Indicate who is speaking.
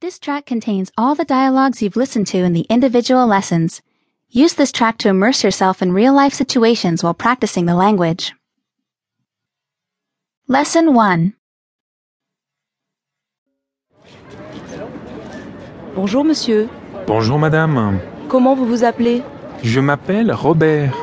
Speaker 1: This track contains all the dialogues you've listened to in the individual lessons. Use this track to immerse yourself in real life situations while practicing the language. Lesson 1
Speaker 2: Bonjour monsieur,
Speaker 3: Bonjour madame,
Speaker 2: comment vous vous appelez
Speaker 3: je m'appelle Robert.